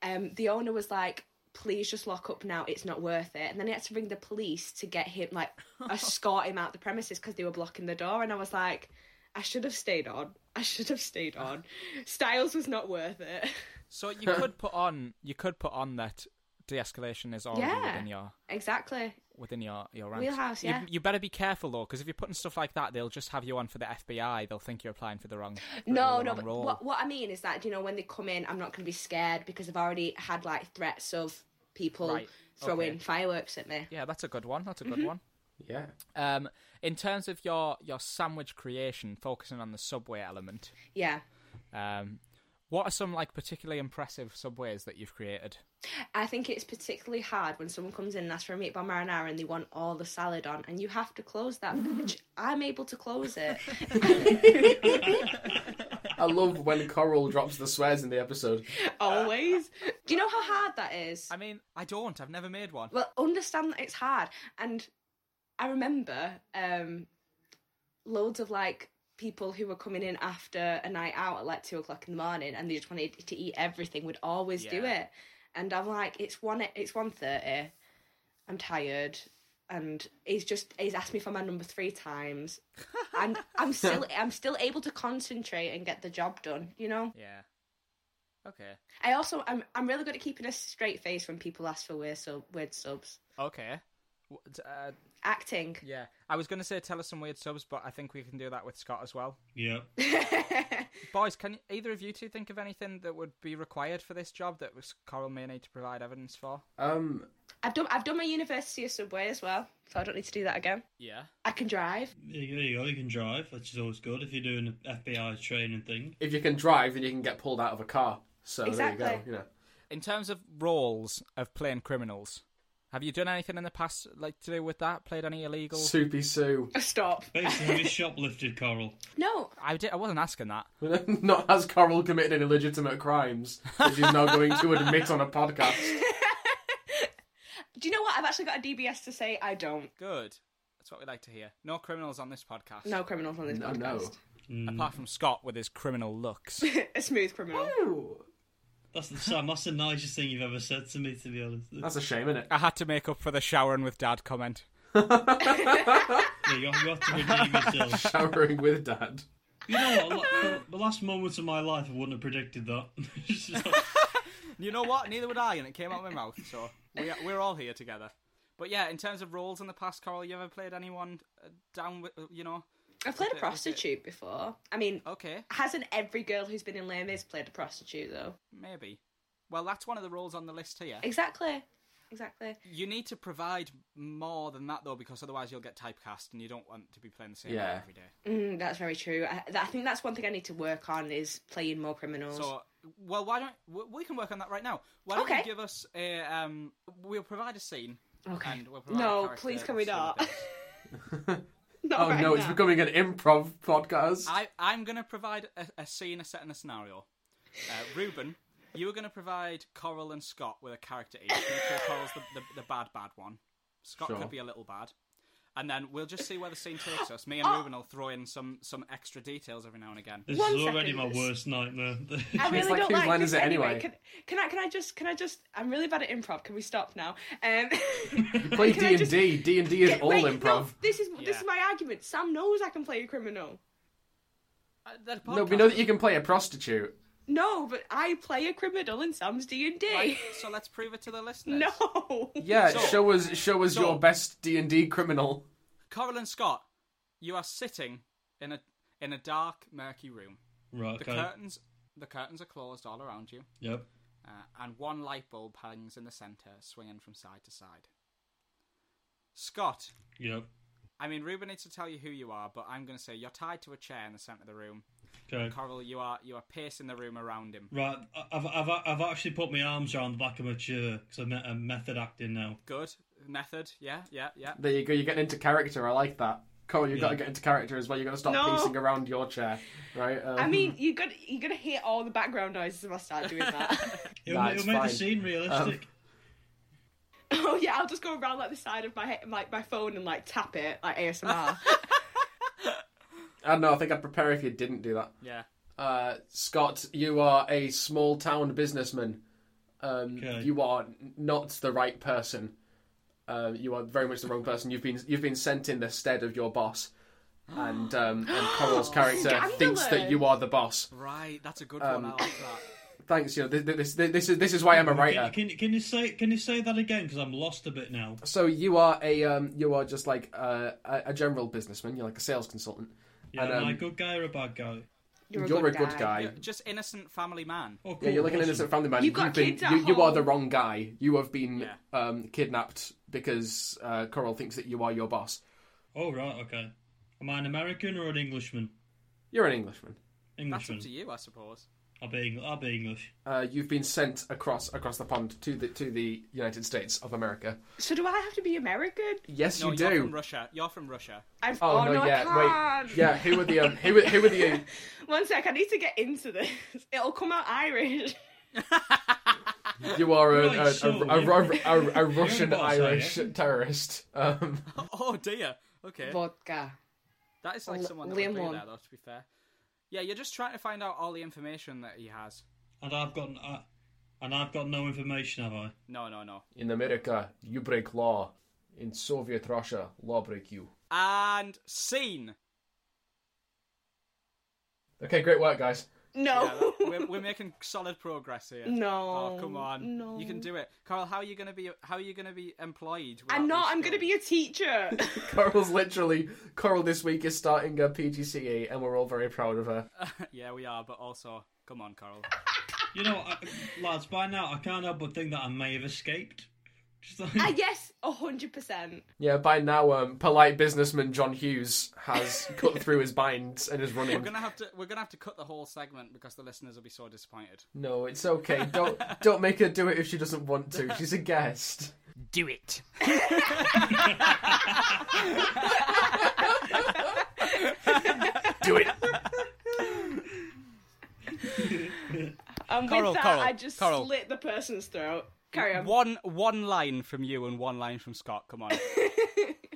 Speaker 4: Um, the owner was like, "Please just lock up now. It's not worth it." And then he had to ring the police to get him like escort him out the premises because they were blocking the door. And I was like, "I should have stayed on. I should have stayed on. Styles was not worth it."
Speaker 2: So you could put on, you could put on that de-escalation is already
Speaker 4: Yeah.
Speaker 2: within your
Speaker 4: exactly.
Speaker 2: within your your ranks.
Speaker 4: Wheelhouse,
Speaker 2: You-
Speaker 4: yeah.
Speaker 2: You, better be careful though, because if you're putting stuff like that, they'll just have you on for the FBI. They'll think you're applying for the wrong.
Speaker 4: No,
Speaker 2: the
Speaker 4: no,
Speaker 2: wrong
Speaker 4: but
Speaker 2: role.
Speaker 4: what, what I mean is that, you know, when they come in, I'm not going to be scared because I've already had like threats of people
Speaker 2: Right,
Speaker 4: throwing
Speaker 2: okay.
Speaker 4: fireworks at me.
Speaker 2: Yeah, that's a good one. That's a good
Speaker 4: Mm-hmm.
Speaker 2: one.
Speaker 1: Yeah.
Speaker 2: Um, in terms of your your sandwich creation, focusing on the subway element,
Speaker 4: Yeah.
Speaker 2: um, what are some like particularly impressive subways that you've created?
Speaker 4: I think it's particularly hard when someone comes in and asks for a meatball marinara and they want all the salad on and you have to close that. bitch. I'm able to close it.
Speaker 1: I love when Coral drops the swears in the episode.
Speaker 4: Always. Do you know how hard that is?
Speaker 2: I mean, I don't. I've never made one.
Speaker 4: Well, understand that it's hard. And I remember um, loads of like people who were coming in after a night out at like two o'clock in the morning, and they just wanted to eat everything. Would always do
Speaker 2: Yeah.
Speaker 4: it. And I'm like, it's one, e-, it's one thirty. I'm tired. And he's just he's asked me for my number three times, and I'm still I'm still able to concentrate and get the job done. You know,
Speaker 2: Yeah. Okay.
Speaker 4: I also I'm I'm really good at keeping a straight face when people ask for weird sub weird subs.
Speaker 2: Okay. What- Uh,
Speaker 4: Acting.
Speaker 2: yeah, I was going to say tell us some weird subs, but I think we can do that with Scott as well.
Speaker 3: Yeah.
Speaker 2: Boys, can either of you two think of anything that would be required for this job that was Coral may need to provide evidence for?
Speaker 1: Um,
Speaker 4: I've done I've done my university of subway as well, so I don't need to do that again.
Speaker 2: Yeah.
Speaker 4: I can drive.
Speaker 3: There you go, you go, you can drive, which is always good if you're doing an FBI training thing.
Speaker 1: if you can drive, then you can get pulled out of a car. So there you go.
Speaker 4: Exactly.
Speaker 1: You know,
Speaker 2: In terms of roles of playing criminals, have you done anything in the past like to do with that? Played any illegal?
Speaker 1: Soupy Sue,
Speaker 4: Stop.
Speaker 3: Basically, we shoplifted Coral.
Speaker 4: No,
Speaker 2: I did. I wasn't asking that.
Speaker 1: not has Coral committed any legitimate crimes that she's now going to admit on a podcast.
Speaker 4: do you know what? I've actually got a DBS to say I don't.
Speaker 2: Good. That's what we like to hear. No criminals on this podcast.
Speaker 4: No criminals on this
Speaker 1: No, no.
Speaker 4: podcast.
Speaker 2: Apart from Scott with his criminal looks.
Speaker 4: a smooth criminal.
Speaker 3: That's the, Sam, that's the nicest thing you've ever said to me, to be honest.
Speaker 1: That's a shame, isn't it?
Speaker 2: I had to make up for the showering with dad comment.
Speaker 3: Yeah, you, have, you have to redeem yourself.
Speaker 1: Showering with dad.
Speaker 3: You know what?
Speaker 4: Uh.
Speaker 3: la- The last moments of my life, I wouldn't have predicted that. It's just like-
Speaker 2: You know what? Neither would I, and it came out of my mouth. So we, we're all here together. But yeah, in terms of roles in the past, Coral, you ever played anyone uh, down with uh, you know?
Speaker 4: I've played
Speaker 2: Okay,
Speaker 4: a
Speaker 2: okay.
Speaker 4: prostitute before. I mean,
Speaker 2: Okay,
Speaker 4: hasn't every girl who's been in Les Mis played a prostitute though?
Speaker 2: maybe. Well, that's one of the roles on the list here.
Speaker 4: Exactly. Exactly.
Speaker 2: You need to provide more than that though, because otherwise you'll get typecast, and you don't want to be playing the same role
Speaker 1: Yeah.
Speaker 2: every day.
Speaker 4: Mm, that's very true. I, I think that's one thing I need to work on is playing more criminals.
Speaker 2: So, well, why don't we- we can work on that right now? Why don't you
Speaker 4: Okay.
Speaker 2: give us a um? We'll provide a scene.
Speaker 4: okay.
Speaker 2: And we'll provide a
Speaker 4: no,
Speaker 2: character
Speaker 4: please can
Speaker 2: and
Speaker 4: we
Speaker 2: some
Speaker 4: not?
Speaker 2: bits.
Speaker 4: Not
Speaker 1: Oh
Speaker 4: right
Speaker 1: no, it's
Speaker 4: now.
Speaker 1: becoming an improv podcast.
Speaker 2: I I'm gonna provide a, a scene, a set, and a scenario. Uh, Ruben, you were gonna provide Coral and Scott with a character each. Make sure Coral's the, the, the bad bad one. Scott
Speaker 1: Sure.
Speaker 2: could be a little bad. And then we'll just see where the scene takes us. Me and Ruben will throw in some some extra details every now and again.
Speaker 3: this
Speaker 4: One
Speaker 3: is already
Speaker 4: second.
Speaker 3: my worst nightmare.
Speaker 4: I really
Speaker 1: like,
Speaker 4: don't
Speaker 1: whose
Speaker 4: like
Speaker 1: line
Speaker 4: this
Speaker 1: is it
Speaker 4: anyway.
Speaker 1: anyway?
Speaker 4: Can, can I? Can I just? Can I just? I'm really bad at improv. Can we stop now? Um,
Speaker 1: Play
Speaker 4: can
Speaker 1: D
Speaker 4: I
Speaker 1: and
Speaker 4: just-
Speaker 1: D. D and D is
Speaker 4: Wait,
Speaker 1: all
Speaker 4: no,
Speaker 1: improv.
Speaker 4: this is
Speaker 2: Yeah.
Speaker 4: this is my argument. Sam knows I can play a criminal.
Speaker 2: Uh, the
Speaker 1: No, we
Speaker 2: podcast-
Speaker 1: know that you can play a prostitute.
Speaker 4: No, but I play a criminal in Sam's D and D.
Speaker 2: Right, so let's prove it to the listeners.
Speaker 4: No.
Speaker 1: Yeah,
Speaker 2: So-
Speaker 1: show us, show us
Speaker 2: so-
Speaker 1: your best D and D criminal.
Speaker 2: Coral and Scott, you are sitting in a in a dark, murky room.
Speaker 3: right,
Speaker 2: The
Speaker 3: okay.
Speaker 2: curtains the curtains are closed all around you.
Speaker 3: Yep.
Speaker 2: uh, and one light bulb hangs in the centre, swinging from side to side. Scott,
Speaker 3: Yep.
Speaker 2: I mean, Ruben needs to tell you who you are, but I'm going to say you're tied to a chair in the centre of the room.
Speaker 3: Okay.
Speaker 2: Coral, you are you are pacing the room around him.
Speaker 3: Right, I- I've, I've, I've actually put my arms around the back of my chair because I'm, i method acting now.
Speaker 2: Good method, yeah, yeah, yeah.
Speaker 1: There you go. You're getting into character. I like that. Cole, you've got to get into character as well. You've got to stop
Speaker 4: No.
Speaker 1: pacing around your chair, right? Um,
Speaker 4: I mean, you got you got to hear all the background noises if I start doing that.
Speaker 3: It'll,
Speaker 1: Nah,
Speaker 3: ma-
Speaker 1: it's
Speaker 3: it'll make the
Speaker 1: fine. Um,
Speaker 3: scene realistic.
Speaker 4: oh yeah, I'll just go around like the side of my he- my, my phone and like tap it like ASMR.
Speaker 1: I don't know. I think I'd prepare if you didn't do that.
Speaker 2: Yeah.
Speaker 1: Uh, Scott, you are a small town businessman. Um,
Speaker 3: Okay.
Speaker 1: You are not the right person. Uh, you are very much the wrong person. You've been you've been sent in the stead of your boss, and um, and Coral's character thinks that you are the boss.
Speaker 2: Right, that's a good one.
Speaker 1: Um,
Speaker 2: I like that.
Speaker 1: Thanks. You know this this this is this is why I'm a writer.
Speaker 3: Can, can, can you say can you say that again? Because I'm lost a bit now.
Speaker 1: So you are a um, you are just like uh, a, a general businessman. You're like a sales consultant.
Speaker 3: Yeah,
Speaker 1: And,
Speaker 3: am I a
Speaker 1: um,
Speaker 3: good guy or a bad guy?
Speaker 1: You're,
Speaker 4: You're a
Speaker 1: a good guy.
Speaker 2: You're just innocent family man.
Speaker 3: Oh,
Speaker 1: Yeah,
Speaker 3: cool,
Speaker 1: you're like an
Speaker 3: awesome.
Speaker 1: innocent family man.
Speaker 4: You've got
Speaker 1: been,
Speaker 4: kids at
Speaker 1: you, you are
Speaker 4: home.
Speaker 1: the wrong guy. You have been
Speaker 2: Yeah.
Speaker 1: um, kidnapped because uh, Coral thinks that you are your boss.
Speaker 3: Oh right, okay. Am I an American or an Englishman?
Speaker 1: You're an Englishman.
Speaker 2: That's up
Speaker 3: Englishman.
Speaker 2: to you, I suppose.
Speaker 3: I'll be Eng- I'll be English.
Speaker 1: Uh, you've been sent across across the pond to the to the United States of America.
Speaker 4: So do I have to be American?
Speaker 1: Yes,
Speaker 2: No,
Speaker 1: you
Speaker 2: are
Speaker 1: do.
Speaker 2: from Russia. You're from Russia.
Speaker 4: I'm,
Speaker 1: oh,
Speaker 4: oh,
Speaker 1: no,
Speaker 4: no,
Speaker 1: yeah,
Speaker 4: I can't.
Speaker 1: wait, yeah. Who are the um, who are- who are the
Speaker 4: One sec, I need to get into this. It'll come out Irish.
Speaker 1: you are a,
Speaker 3: Right,
Speaker 1: a,
Speaker 3: so
Speaker 1: a, a, a, a, a Russian
Speaker 3: boss, are you?
Speaker 1: Irish terrorist. Um,
Speaker 2: Oh dear. Okay.
Speaker 4: Vodka.
Speaker 2: that is like
Speaker 4: L-
Speaker 2: someone that would be
Speaker 4: lemon.
Speaker 2: there, though. To be fair. Yeah, you're just trying to find out all the information that he has.
Speaker 3: And I've got uh, and I've got no information, have I?
Speaker 2: No, no, no.
Speaker 1: in America, you break law. In Soviet Russia, law break you.
Speaker 2: And scene.
Speaker 1: Okay, great work, guys.
Speaker 4: No.
Speaker 2: Yeah, we're, we're making solid progress here.
Speaker 4: No,
Speaker 2: Oh, come on.
Speaker 4: no.
Speaker 2: You can do it. Carl, how are you going to be how are you going to be employed?
Speaker 4: I'm not. I'm going to be a teacher.
Speaker 1: Coral's literally Coral this week is starting her PGCE, E, and we're all very proud of her.
Speaker 2: Yeah, we are, but also come on, Carl.
Speaker 3: You know, I, lads, by now I can't help but think that I may have escaped. Just like,
Speaker 4: Ah, yes, hundred percent.
Speaker 1: Yeah, by now, um, polite businessman John Hughes has cut through his binds and is running.
Speaker 2: We're going to have to we're going to have to cut the whole segment because the listeners will be so disappointed.
Speaker 1: No, it's okay. Don't don't make her do it if she doesn't want to. She's a guest.
Speaker 2: Do it.
Speaker 1: Do it.
Speaker 4: And
Speaker 2: Coral,
Speaker 4: with that,
Speaker 2: Coral,
Speaker 4: I just
Speaker 2: Coral.
Speaker 4: slit the person's throat. Carry on.
Speaker 2: One one line from you and one line from Scott. Come on.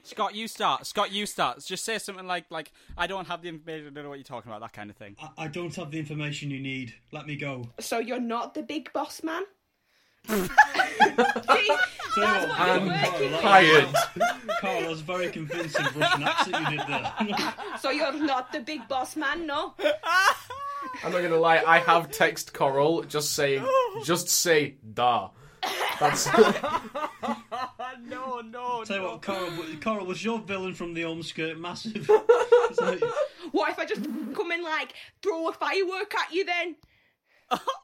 Speaker 2: Scott, you start. Scott, you start. Just say something like like I don't have the information. I don't know what you're talking about. That kind of thing.
Speaker 3: I, I don't have the information you need. Let me go.
Speaker 4: So you're not the big boss man. See, that's what
Speaker 3: I'm
Speaker 4: you're working with.
Speaker 1: Hired.
Speaker 3: Carl, that was very convincing Russian accent you did there.
Speaker 4: So you're not the big boss man, no?
Speaker 2: Uh,
Speaker 1: I'm not gonna lie. I have text Coral just saying, just say da. That's
Speaker 2: no, no,
Speaker 3: Tell you what, Carl, Carl was your villain from the Home Skirt massive. It's like,
Speaker 4: What if I just come in like throw a firework at you then?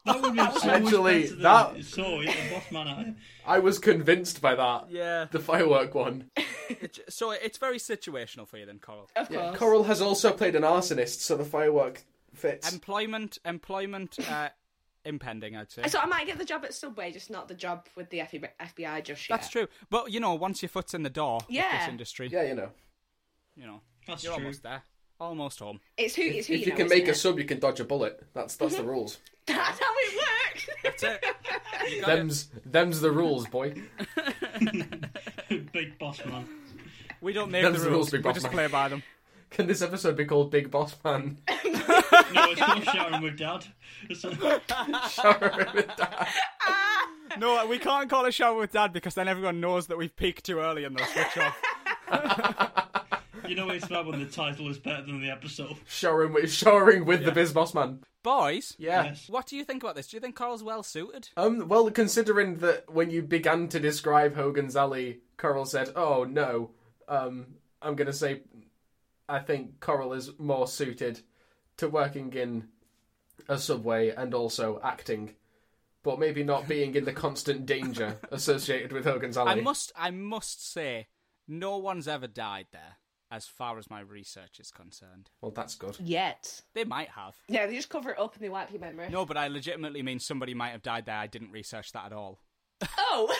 Speaker 3: that would be so
Speaker 1: Actually,
Speaker 3: much better than
Speaker 1: that-
Speaker 3: So, yeah, boss man. eh? I-
Speaker 1: I was convinced by that.
Speaker 2: Yeah.
Speaker 1: The firework one.
Speaker 2: It- so it's very situational for you then, Coral.
Speaker 4: Of
Speaker 1: Yeah.
Speaker 4: course.
Speaker 1: Coral has also played an arsonist, so the firework fits.
Speaker 2: Employment, employment, uh, impending. I'd say.
Speaker 4: So I might get the job at Subway, just not the job with the FBI FBI just yet.
Speaker 2: That's true. But you know, once your foot's in the door with
Speaker 4: Yeah.
Speaker 2: this industry,
Speaker 1: yeah, you know.
Speaker 2: you know,
Speaker 3: That's
Speaker 2: you're
Speaker 3: true.
Speaker 2: almost there, almost home.
Speaker 4: It's who it's who
Speaker 1: If
Speaker 4: you,
Speaker 1: you
Speaker 4: know,
Speaker 1: can make
Speaker 4: isn't
Speaker 1: a
Speaker 4: it?
Speaker 1: sub, you can dodge a bullet. That's that's the
Speaker 2: Mm-hmm.
Speaker 1: rules.
Speaker 4: That's how it works.
Speaker 2: That's it. You got it.
Speaker 1: Them's them's the rules, boy.
Speaker 3: Big boss man.
Speaker 2: We don't make the
Speaker 1: them's the
Speaker 2: rules.
Speaker 1: rules, big
Speaker 2: we
Speaker 1: boss
Speaker 2: just
Speaker 1: man.
Speaker 2: play by them.
Speaker 1: Can this episode be called Big Boss Man?
Speaker 3: No, it's not Sharon with dad. It's like,
Speaker 2: No, we can't call a shower with dad because then everyone knows that we've peaked too early and they'll switch off.
Speaker 3: you know it's bad when the title is better than the episode.
Speaker 1: showering with showering with the Biz Boss Man.
Speaker 2: Boys,
Speaker 1: Yeah.
Speaker 3: Yes.
Speaker 2: what do you think about this? Do you think Carl's well suited?
Speaker 1: Um, well, considering that when you began to describe Hogan's Alley, Coral said, "Oh no," um, I'm gonna say, I think Coral is more suited to working in a subway and also acting, but maybe not being in the constant danger associated with Hogan's Alley.
Speaker 2: I must, I must say, no one's ever died there, as far as my research is concerned.
Speaker 1: Well, that's good.
Speaker 4: Yet.
Speaker 2: They might have.
Speaker 4: Yeah, they just cover it up and they wipe your memory.
Speaker 2: No, but I legitimately mean somebody might have died there. I didn't research that at all.
Speaker 4: Oh,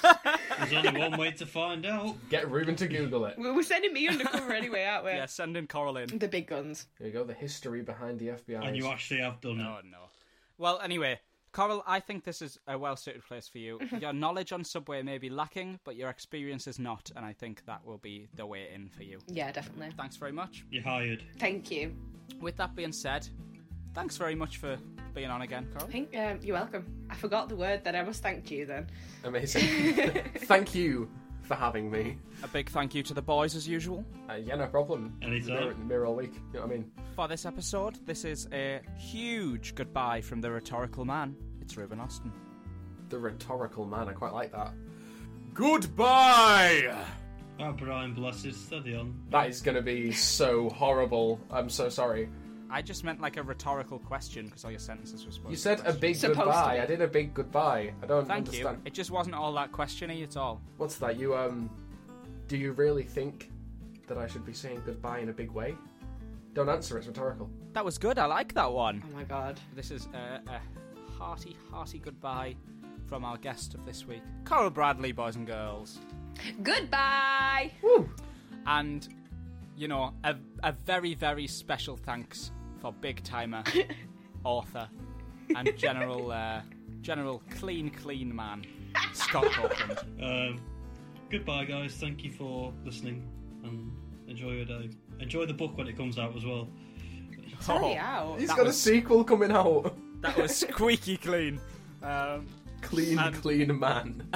Speaker 3: There's only one way to find out.
Speaker 1: Get Ruben to Google it.
Speaker 4: we're sending me undercover anyway, aren't we?
Speaker 2: Yeah, sending Coral in.
Speaker 4: The big guns.
Speaker 1: There you go. The history behind the FBI.
Speaker 3: And you actually have done it.
Speaker 2: Oh no. Well, anyway, Coral, I think this is a well-suited place for you. your knowledge on Subway may be lacking, but your experience is not, and I think that will be the way in for you.
Speaker 4: Yeah, definitely.
Speaker 2: Thanks very much.
Speaker 3: You're hired.
Speaker 4: Thank you.
Speaker 2: With that being said, thanks very much for being on again, Coral.
Speaker 4: I think um, you're welcome. I forgot the word then. I must thank you then.
Speaker 1: Amazing. Thank you for having me.
Speaker 2: A big thank you to the boys as usual.
Speaker 1: Uh, yeah, no problem. Mirror,
Speaker 3: Anytime.
Speaker 1: mirror all week. You know what I mean?
Speaker 2: For this episode, this is a huge goodbye from the rhetorical man. It's Ruben Austin.
Speaker 1: The rhetorical man. I quite like that. Goodbye.
Speaker 3: Oh, Brian, blessed. Steady on.
Speaker 1: That is going to be so horrible. I'm so sorry.
Speaker 2: I just meant like a rhetorical question because all your sentences were supposed
Speaker 1: You
Speaker 2: to
Speaker 1: said
Speaker 2: be
Speaker 1: a
Speaker 2: questions.
Speaker 1: big
Speaker 4: Supposed to
Speaker 1: goodbye.
Speaker 4: be.
Speaker 1: I did a big goodbye. I don't
Speaker 2: Thank you.
Speaker 1: understand.
Speaker 2: It just wasn't all that questiony at all.
Speaker 1: What's that? You um, do you really think that I should be saying goodbye in a big way? Don't answer. It's rhetorical.
Speaker 2: That was good. I like that one.
Speaker 4: Oh my god.
Speaker 2: This is a, a hearty, hearty goodbye from our guest of this week, Coral Bradley, boys and girls.
Speaker 4: Goodbye.
Speaker 2: Oh.
Speaker 1: Woo.
Speaker 2: And, you know, a, a very, very special thanks for big timer, author, and general, uh, general clean, clean man, Scott Copeland.
Speaker 3: Um, goodbye, guys. Thank you for listening and enjoy your day. Enjoy the book when it comes out as well.
Speaker 4: Hurry
Speaker 2: Oh,
Speaker 4: out.
Speaker 1: He's
Speaker 2: That
Speaker 1: got
Speaker 2: was-
Speaker 1: a sequel coming out.
Speaker 2: Oh, that was squeaky clean. Um,
Speaker 1: Clean, clean man.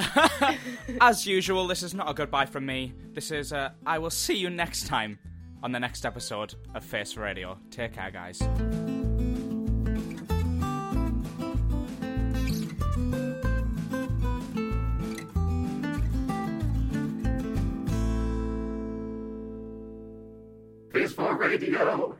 Speaker 2: as usual, this is not a goodbye from me. This is uh, I will see you next time on the next episode of Face Radio. Take care, guys.
Speaker 1: is for radio.